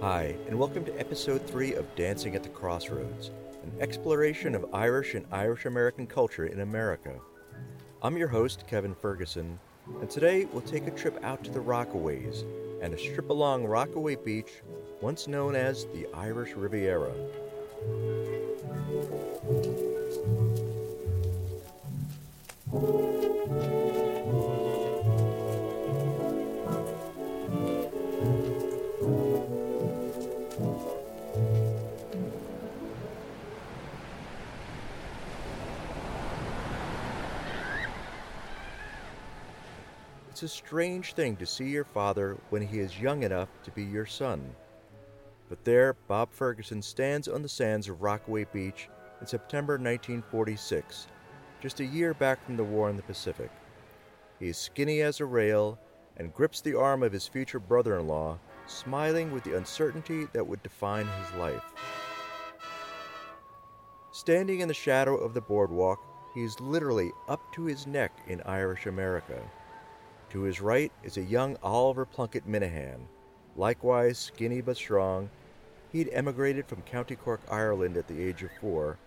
Hi, and welcome to episode 3 of Dancing at the Crossroads, an exploration of Irish and Irish American culture in America. I'm your host, Kevin Ferguson, and today we'll take a trip out to the Rockaways and a strip along Rockaway Beach, once known as the Irish Riviera. It's a strange thing to see your father when he is young enough to be your son. But there, Bob Ferguson stands on the sands of Rockaway Beach in September 1946, just a year back from the war in the Pacific. He is skinny as a rail and grips the arm of his future brother in law, smiling with the uncertainty that would define his life. Standing in the shadow of the boardwalk, he is literally up to his neck in Irish America. To his right is a young Oliver Plunkett Minahan, likewise skinny but strong. He'd emigrated from County Cork, Ireland at the age of four,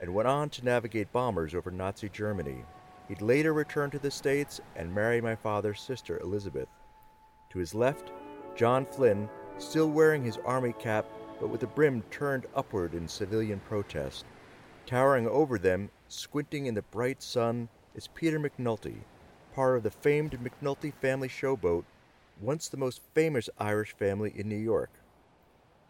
and went on to navigate bombers over Nazi Germany. He'd later return to the States and marry my father's sister, Elizabeth. To his left, John Flynn, still wearing his army cap but with the brim turned upward in civilian protest. Towering over them, squinting in the bright sun, is Peter McNulty, part of the famed McNulty family showboat, once the most famous Irish family in New York.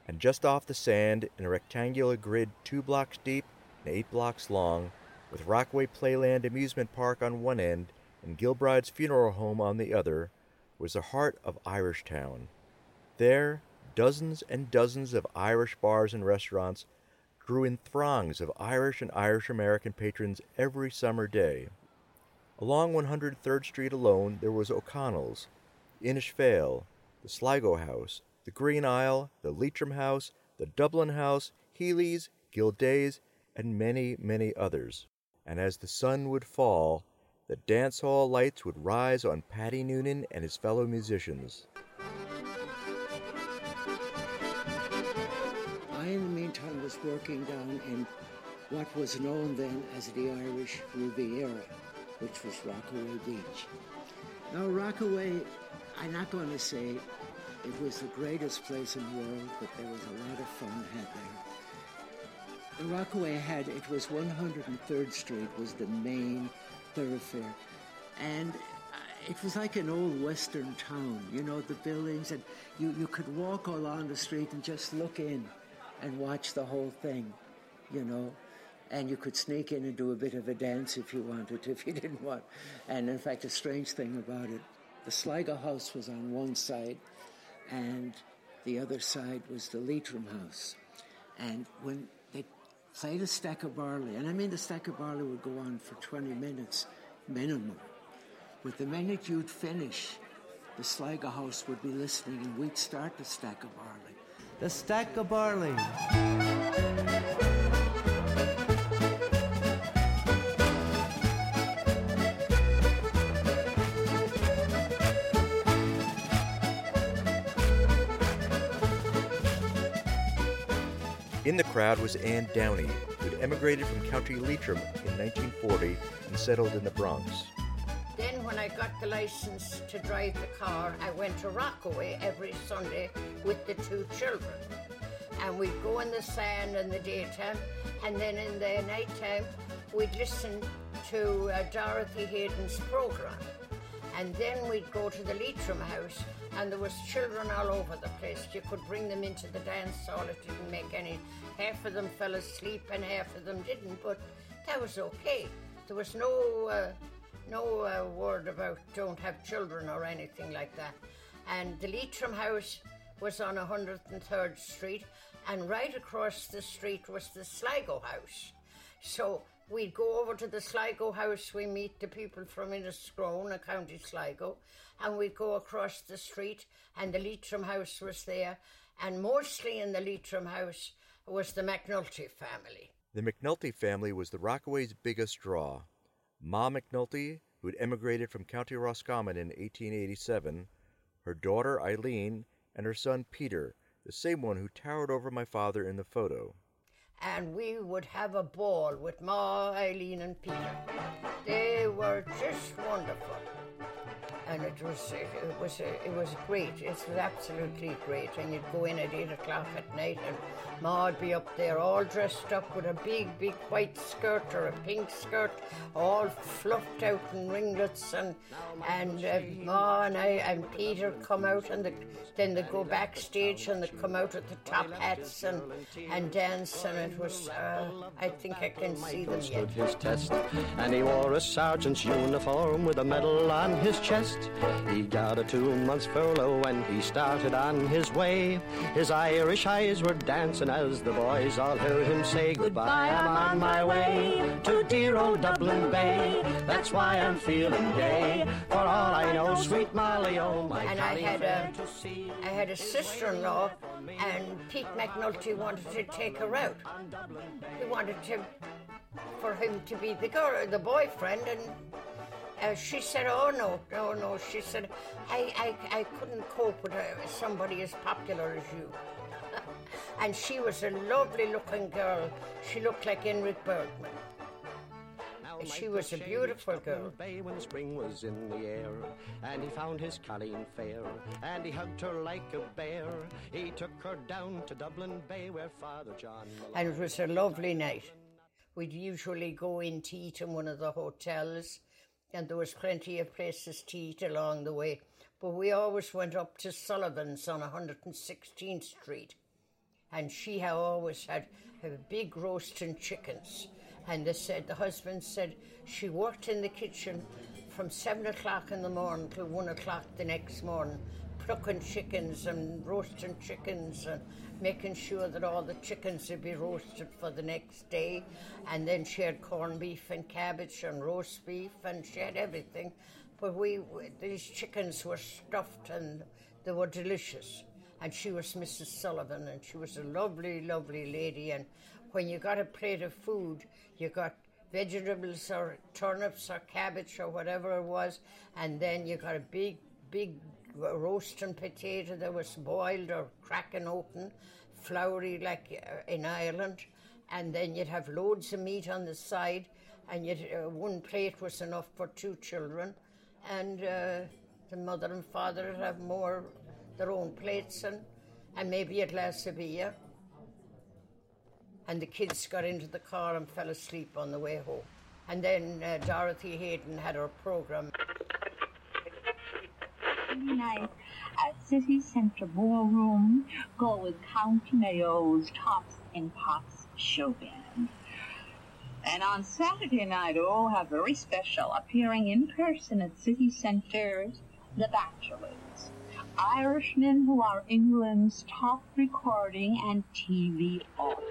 And just off the sand, in a rectangular grid two blocks deep and eight blocks long, with Rockaway Playland Amusement Park on one end and Gilbride's funeral home on the other, was the heart of Irish Town. There, dozens and dozens of Irish bars and restaurants drew in throngs of Irish and Irish American patrons every summer day. Along 103rd Street alone, there was O'Connell's, Inishvale, the Sligo House, the Green Isle, the Leitrim House, the Dublin House, Healy's, Gilday's, and many, many others. And as the sun would fall, the dance hall lights would rise on Paddy Noonan and his fellow musicians. I, in the meantime, was working down in what was known then as the Irish Riviera, which was Rockaway Beach. Now, Rockaway, I'm not going to say it was the greatest place in the world, but there was a lot of fun had there. The Rockaway had, it was 103rd Street was the main thoroughfare. And uh, it was like an old western town, you know, the buildings, and you, you could walk along the street and just look in and watch the whole thing, you know. And you could sneak in and do a bit of a dance if you wanted, if you didn't want. And in fact, a strange thing about it, the Sligo house was on one side, and the other side was the Leitrim house. And when they played a stack of barley, and I mean the stack of barley would go on for 20 minutes minimum, but the minute you'd finish, the Sligo house would be listening and we'd start the stack of barley. The stack of barley. In the crowd was Anne Downey, who'd emigrated from County Leitrim in 1940 and settled in the Bronx. Then, when I got the license to drive the car, I went to Rockaway every Sunday with the two children. And we'd go in the sand in the daytime, and then in the nighttime, we'd listen to uh, Dorothy Hayden's program. And then we'd go to the Leitrim house, and there was children all over the place. You could bring them into the dance hall; it didn't make any. Half of them fell asleep, and half of them didn't. But that was okay. There was no uh, no uh, word about don't have children or anything like that. And the Leitrim House was on 103rd Street, and right across the street was the Sligo House. So we'd go over to the Sligo House, we meet the people from Inniscrone, a County Sligo, and we'd go across the street, and the Leitrim House was there. And mostly in the Leitrim House was the McNulty family. The McNulty family was the Rockaway's biggest draw. Ma McNulty, who'd emigrated from County Roscommon in 1887, her daughter Eileen, and her son Peter, the same one who towered over my father in the photo. and we would have a ball with Ma, Eileen, and Peter. They were just wonderful, and it was it was it was great. It was absolutely great. And you'd go in at eight o'clock at night, and Ma'd be up there all dressed up with a big, big white skirt or a pink skirt, all fluffed out in ringlets, and and uh, Ma and I and Peter come out, and the, then they go backstage and they come out with the top hats and and dance, and it was. Uh, I think I can see them yet. stood his test, and he wore a sergeant's uniform with a medal on his chest. He got a two months furlough when he started on his way. His Irish eyes were dancing as the boys all heard him say, Goodbye, I'm on my way to dear old Dublin Bay. That's why I'm feeling gay. For all I know, sweet Molly, oh my and I Connie had fair a, to see. I had a sister-in-law, and Pete McNulty wanted to take her out. He wanted him for him to be the girl, the boyfriend, and uh, she said, "Oh no, no, no." She said, "I, I, I couldn't cope with uh, somebody as popular as you." and she was a lovely-looking girl. She looked like Enric Bergman. She was a beautiful girl. Bay when spring was in the air, and he found his Colleen fair, and he hugged her like a bear. He took her down to Dublin Bay, where Father John. and it was a lovely night. We'd usually go in to eat in one of the hotels, and there was plenty of places to eat along the way. But we always went up to Sullivan's on 116th Street, and she had always had her big roast and chickens. And they said the husband said she worked in the kitchen from seven o'clock in the morning till one o'clock the next morning, plucking chickens and roasting chickens and making sure that all the chickens would be roasted for the next day. And then she had corned beef and cabbage and roast beef and she had everything. But we these chickens were stuffed and they were delicious and she was Mrs. Sullivan, and she was a lovely, lovely lady. And when you got a plate of food, you got vegetables or turnips or cabbage or whatever it was, and then you got a big, big roasting potato that was boiled or cracking open, floury like uh, in Ireland, and then you'd have loads of meat on the side, and you'd, uh, one plate was enough for two children, and uh, the mother and father would have more their own plates and, and maybe a glass of beer. And the kids got into the car and fell asleep on the way home. And then uh, Dorothy Hayden had her program. 29 at City Centre Ballroom go with County Mayo's Tops and Pops Show Band. And on Saturday night, all have very special appearing in person at City Centre's The Bachelors, Irishmen who are England's top recording and TV artists.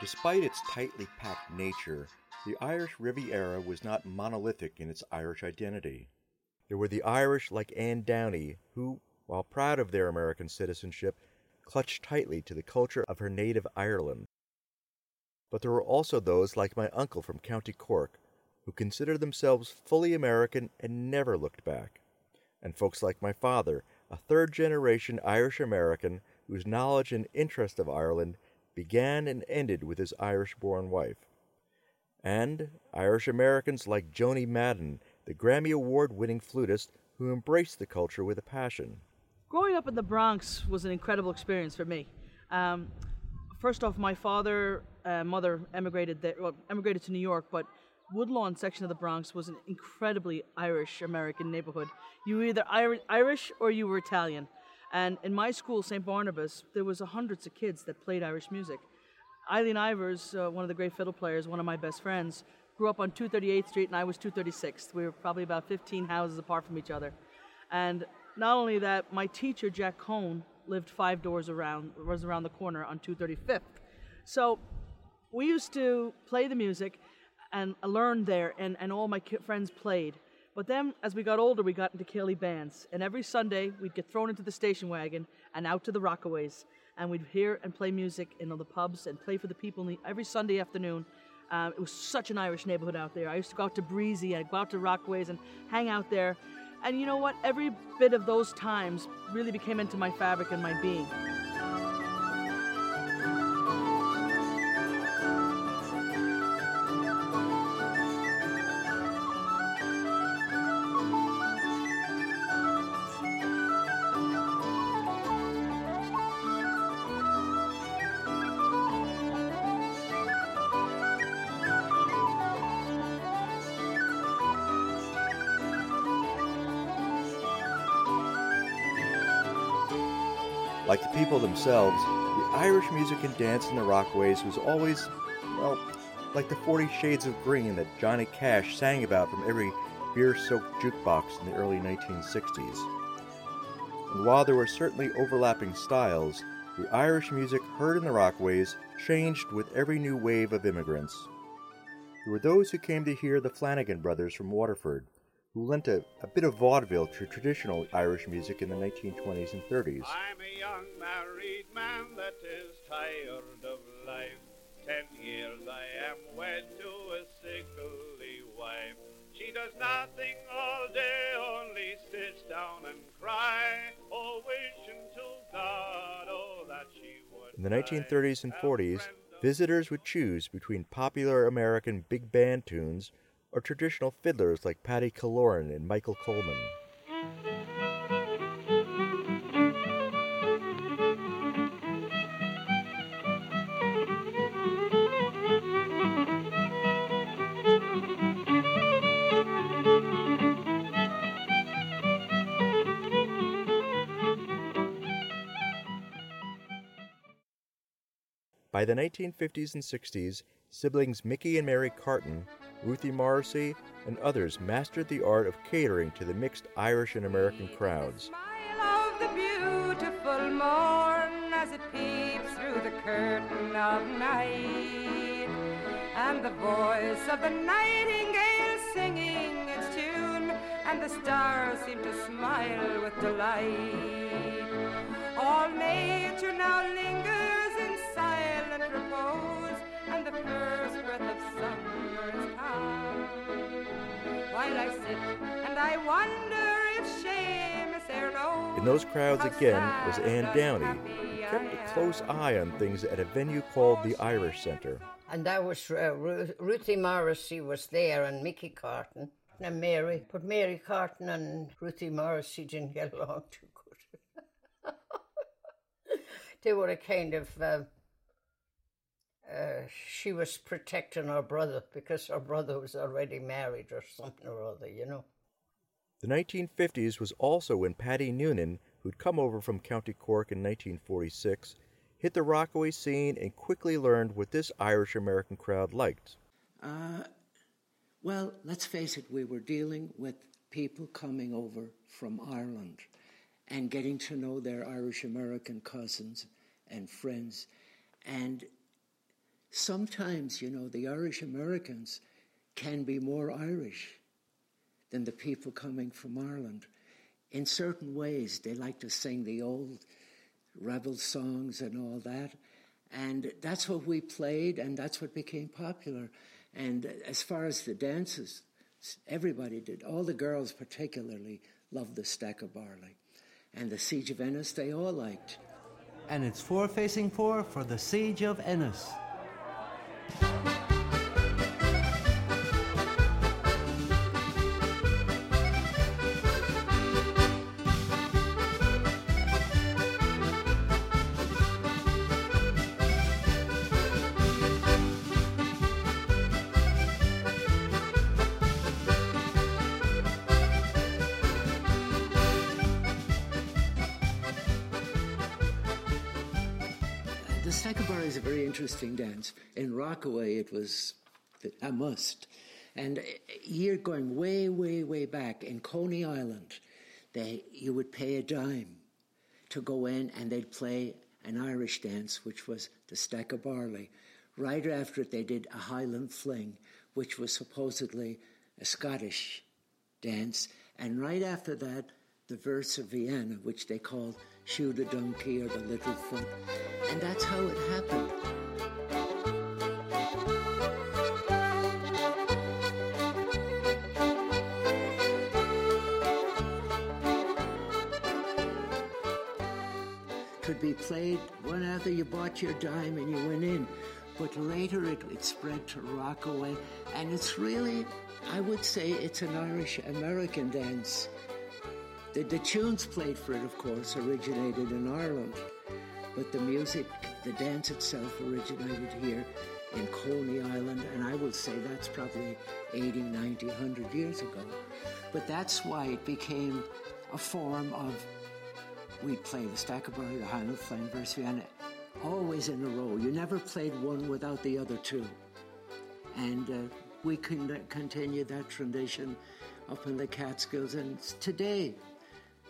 Despite its tightly packed nature, the Irish Riviera was not monolithic in its Irish identity. There were the Irish like Anne Downey, who, while proud of their American citizenship, clutched tightly to the culture of her native Ireland. But there were also those like my uncle from County Cork, who considered themselves fully American and never looked back. And folks like my father, a third generation Irish American whose knowledge and interest of Ireland began and ended with his Irish born wife. And Irish Americans like Joni Madden, the Grammy Award winning flutist who embraced the culture with a passion. Growing up in the Bronx was an incredible experience for me. Um, first off, my father, uh, mother emigrated there, well, emigrated to New York, but Woodlawn section of the Bronx was an incredibly Irish American neighborhood. You were either Ir- Irish or you were Italian. And in my school, St. Barnabas, there was hundreds of kids that played Irish music. Eileen Ivers, uh, one of the great fiddle players, one of my best friends, grew up on 238th Street, and I was 236th. We were probably about 15 houses apart from each other. And not only that, my teacher Jack Cohn lived five doors around, was around the corner on 235th. So we used to play the music, and I learned there, and, and all my ki- friends played. But then, as we got older, we got into Cayley bands, and every Sunday we'd get thrown into the station wagon and out to the Rockaways, and we'd hear and play music in all the pubs and play for the people in the, every Sunday afternoon. Um, it was such an Irish neighborhood out there. I used to go out to Breezy and I'd go out to Rockaways and hang out there. And you know what? Every bit of those times really became into my fabric and my being. Like the people themselves, the Irish music and dance in the Rockaways was always, well, like the 40 Shades of Green that Johnny Cash sang about from every beer soaked jukebox in the early 1960s. And while there were certainly overlapping styles, the Irish music heard in the Rockaways changed with every new wave of immigrants. There were those who came to hear the Flanagan brothers from Waterford, who lent a, a bit of vaudeville to traditional Irish music in the 1920s and 30s. I'm a young married man that is tired of life. Ten years I am wed to a sickly wife. She does nothing all day, only sits down and cry. Oh, wishing to God, oh, that she would. In the die. 1930s and A 40s, friend of visitors would choose between popular American big band tunes or traditional fiddlers like Patty Kaloran and Michael Coleman. By the 1950s and 60s, siblings Mickey and Mary Carton, Ruthie Morrissey, and others mastered the art of catering to the mixed Irish and American crowds. Smile of the beautiful morn as it peeps through the curtain of night. And the voice of the nightingale singing its tune, and the stars seem to smile with delight. All nature now lingers in silent repose, and the first breath of summer is come while I sit and I wonder if Seamus e'er knows. In those crowds how again sad was Anne and Downey, unhappy who I kept a am. close eye on things at a venue called the Irish Center. And that was uh, Ru- Ruthie Morrissey was there and Mickey Carton and Mary. But Mary Carton and Ruthie Morrissey didn't get along too good. they were a kind of. Uh, uh, she was protecting her brother because her brother was already married or something or other, you know. The 1950s was also when Paddy Noonan, who'd come over from County Cork in 1946, hit the Rockaway scene and quickly learned what this Irish American crowd liked. Uh, well, let's face it, we were dealing with people coming over from Ireland and getting to know their Irish American cousins and friends. And sometimes, you know, the Irish Americans can be more Irish than the people coming from Ireland. In certain ways, they like to sing the old rebel songs and all that. And that's what we played, and that's what became popular. And as far as the dances, s- everybody did. All the girls, particularly, loved the Stack of Barley. And the Siege of Ennis, they all liked. And it's four facing four for the Siege of Ennis. The Sacabara is a very interesting dance. In Rockaway, it was a must. And you're going way, way, way back in Coney Island, they you would pay a dime to go in and they'd play an Irish dance, which was the Stack of Barley. Right after it, they did a Highland Fling, which was supposedly a Scottish dance. And right after that, the verse of Vienna, which they called Shoot a Donkey or the Little Foot. And that's how it happened. Could be played one after you bought your dime and you went in. But later it, it spread to Rockaway, and it's really, I would say, it's an Irish American dance. The, the tunes played for it, of course, originated in Ireland, but the music, the dance itself, originated here in Coney Island, and I would say that's probably 80, 90, 100 years ago. But that's why it became a form of we'd play the Staccabout, the Highland Flame, verse Vienna, always in a row. You never played one without the other two. And uh, we can continue that tradition up in the Catskills, and today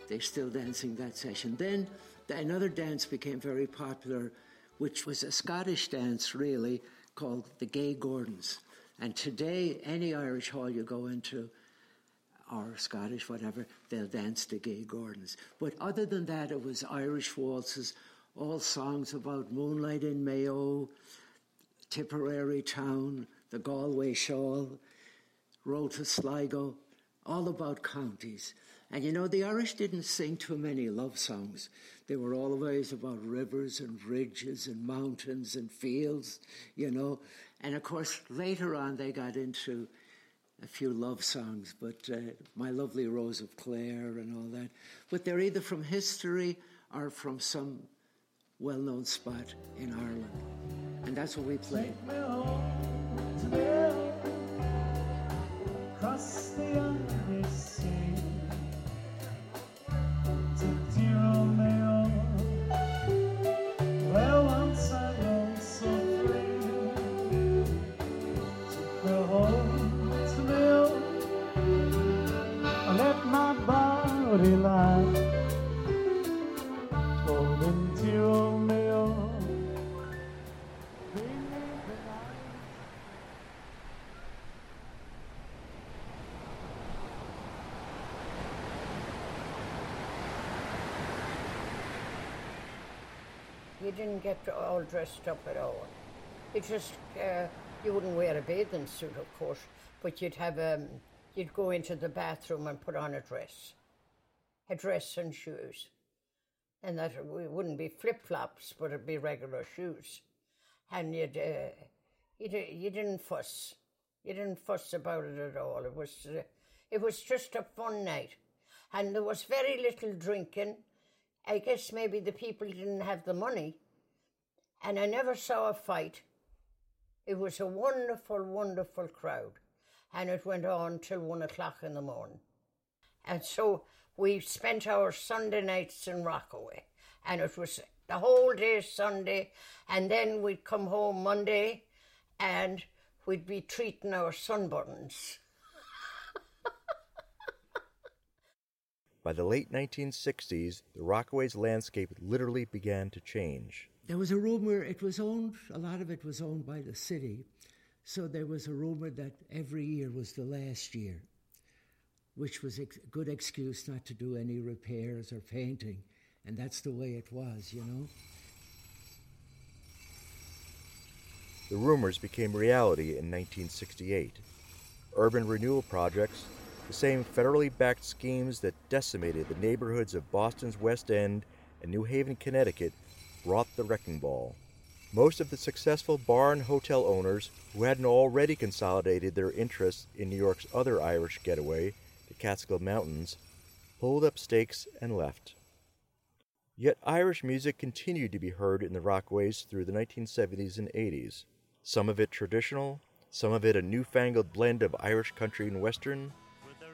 they're still dancing that session. Then th- another dance became very popular, which was a Scottish dance, really, called the Gay Gordons. And today, any Irish hall you go into, or Scottish, whatever, they'll dance the Gay Gordons. But other than that, it was Irish waltzes, all songs about moonlight in Mayo, Tipperary town, the Galway shawl, road to Sligo, all about counties. And you know, the Irish didn't sing too many love songs. They were always about rivers and ridges and mountains and fields, you know. And of course, later on, they got into a few love songs, but uh, My Lovely Rose of Clare and all that. But they're either from history or from some well known spot in Ireland. And that's what we play. You didn't get all dressed up at all. You just, uh, you wouldn't wear a bathing suit, of course, but you'd have um, you'd go into the bathroom and put on a dress, a dress and shoes, and that it wouldn't be flip flops, but it'd be regular shoes, and you'd, uh, you'd you didn't fuss, you didn't fuss about it at all. It was uh, it was just a fun night, and there was very little drinking. I guess maybe the people didn't have the money. And I never saw a fight. It was a wonderful, wonderful crowd. And it went on till one o'clock in the morning. And so we spent our Sunday nights in Rockaway. And it was the whole day Sunday. And then we'd come home Monday and we'd be treating our sunburns. By the late 1960s, the Rockaways landscape literally began to change. There was a rumor, it was owned, a lot of it was owned by the city. So there was a rumor that every year was the last year, which was a good excuse not to do any repairs or painting. And that's the way it was, you know? The rumors became reality in 1968. Urban renewal projects the same federally backed schemes that decimated the neighborhoods of Boston's West End and New Haven, Connecticut, brought the wrecking ball. Most of the successful bar and hotel owners who hadn't already consolidated their interests in New York's other Irish getaway, the Catskill Mountains, pulled up stakes and left. Yet Irish music continued to be heard in the Rockaways through the 1970s and 80s, some of it traditional, some of it a newfangled blend of Irish country and Western,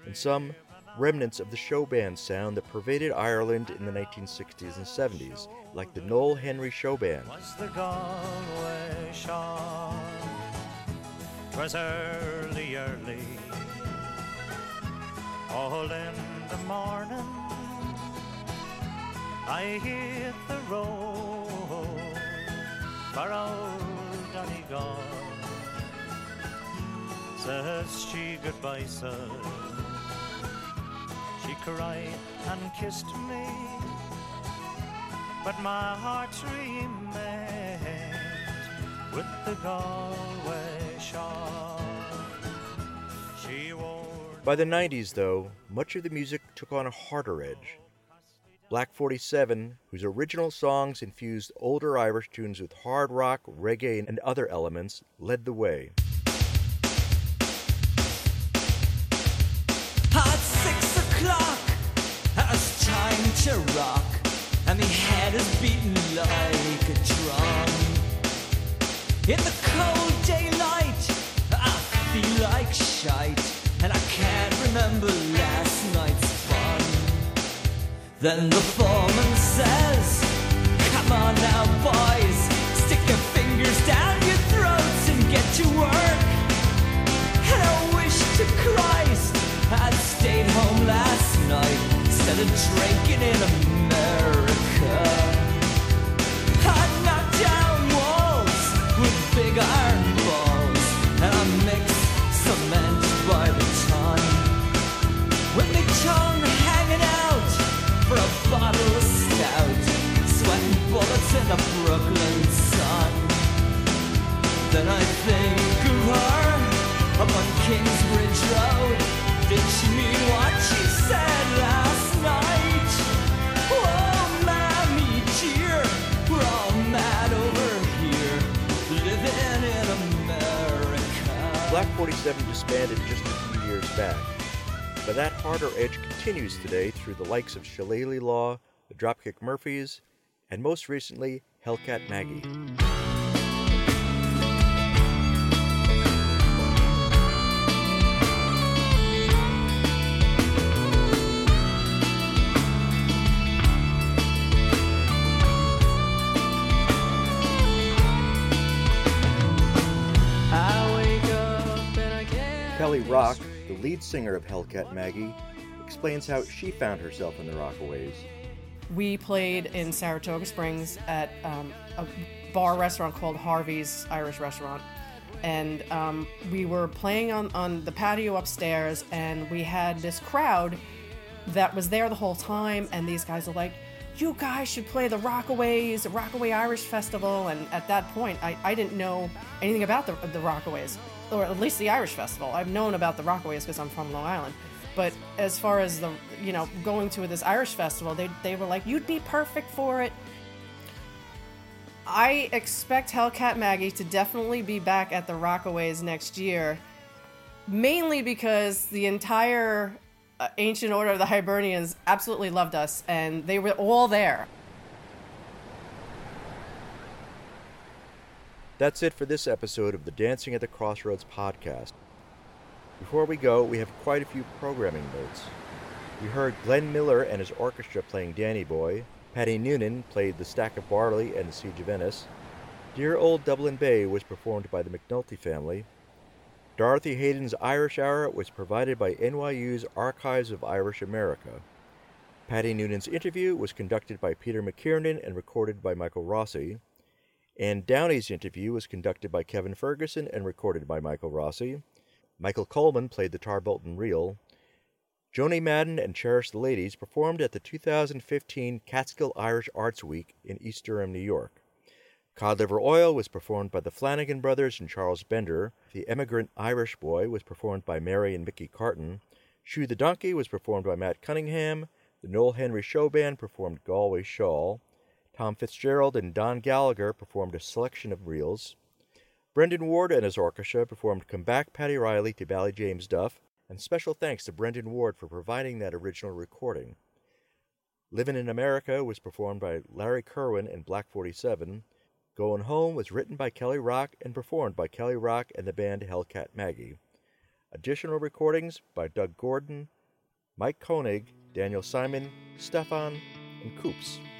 and some remnants of the show band sound that pervaded Ireland in the 1960s and 70s, like the Noel Henry Show Band. Was the Galway Shaw? Twas early, early, all in the morning. I hit the road for old Donegal. says she goodbye, sir. She cried and kissed me, but my heart remained with the Galway shore. She wore By the 90s, though, much of the music took on a harder edge. Black 47, whose original songs infused older Irish tunes with hard rock, reggae, and other elements, led the way. At six o'clock, it's time to rock, and the head is beating like a drum. In the cold daylight, I feel like shite, and I can't remember last night's fun. Then the foreman says, Come on now, boys, stick your fingers down your throats and get to work. And I wish to Christ I'd stayed home last night instead of drinking in America. I knock down walls with big iron balls, and I mix cement by the ton. With my tongue hanging out for a bottle of stout, sweating bullets in the Brooklyn sun. Then I think of her up on Kingsbridge Road. Did she mean what she said last night? Oh, mammy dear, we're all mad over here, living in America. Black 47 disbanded just a few years back, but that harder edge continues today through the likes of Shillelagh Law, the Dropkick Murphys, and most recently, Hellcat Maggie. I wake up and I can't. Kelly Rock, the lead singer of Hellcat Maggie, explains how she found herself in the Rockaways. We played in Saratoga Springs at um, a bar restaurant called Harvey's Irish Restaurant. And um, we were playing on, on the patio upstairs, and we had this crowd that was there the whole time. And these guys are like, You guys should play the Rockaways, the Rockaway Irish Festival. And at that point, I, I didn't know anything about the, the Rockaways, or at least the Irish Festival. I've known about the Rockaways because I'm from Long Island. But as far as the you know going to this Irish festival, they they were like, you'd be perfect for it. I expect Hellcat Maggie to definitely be back at the Rockaways next year, mainly because the entire uh, Ancient Order of the Hibernians absolutely loved us, and they were all there. That's it for this episode of the Dancing at the Crossroads podcast. Before we go, we have quite a few programming notes. We heard Glenn Miller and his orchestra playing Danny Boy. Patty Noonan played The Stack of Barley and The Siege of Venice. Dear Old Dublin Bay was performed by the McNulty family. Dorothy Hayden's Irish Hour was provided by NYU's Archives of Irish America. Patty Noonan's interview was conducted by Peter McKiernan and recorded by Michael Rossi. And Downey's interview was conducted by Kevin Ferguson and recorded by Michael Rossi. Michael Coleman played the Tarbolton Reel. Joni Madden and Cherish the Ladies performed at the 2015 Catskill Irish Arts Week in East Durham, New York. Cod Liver Oil was performed by the Flanagan Brothers and Charles Bender. The Emigrant Irish Boy was performed by Mary and Mickey Carton. Shoe the Donkey was performed by Matt Cunningham. The Noel Henry Show Band performed Galway Shawl. Tom Fitzgerald and Don Gallagher performed a selection of reels. Brendan Ward and his orchestra performed Come Back Patty Riley to Bally James Duff, and special thanks to Brendan Ward for providing that original recording. Livin' in America was performed by Larry Kerwin and Black 47. Goin' Home was written by Kelly Rock and performed by Kelly Rock and the band Hellcat Maggie. Additional recordings by Doug Gordon, Mike Koenig, Daniel Simon, Stefan, and Coops. Oh,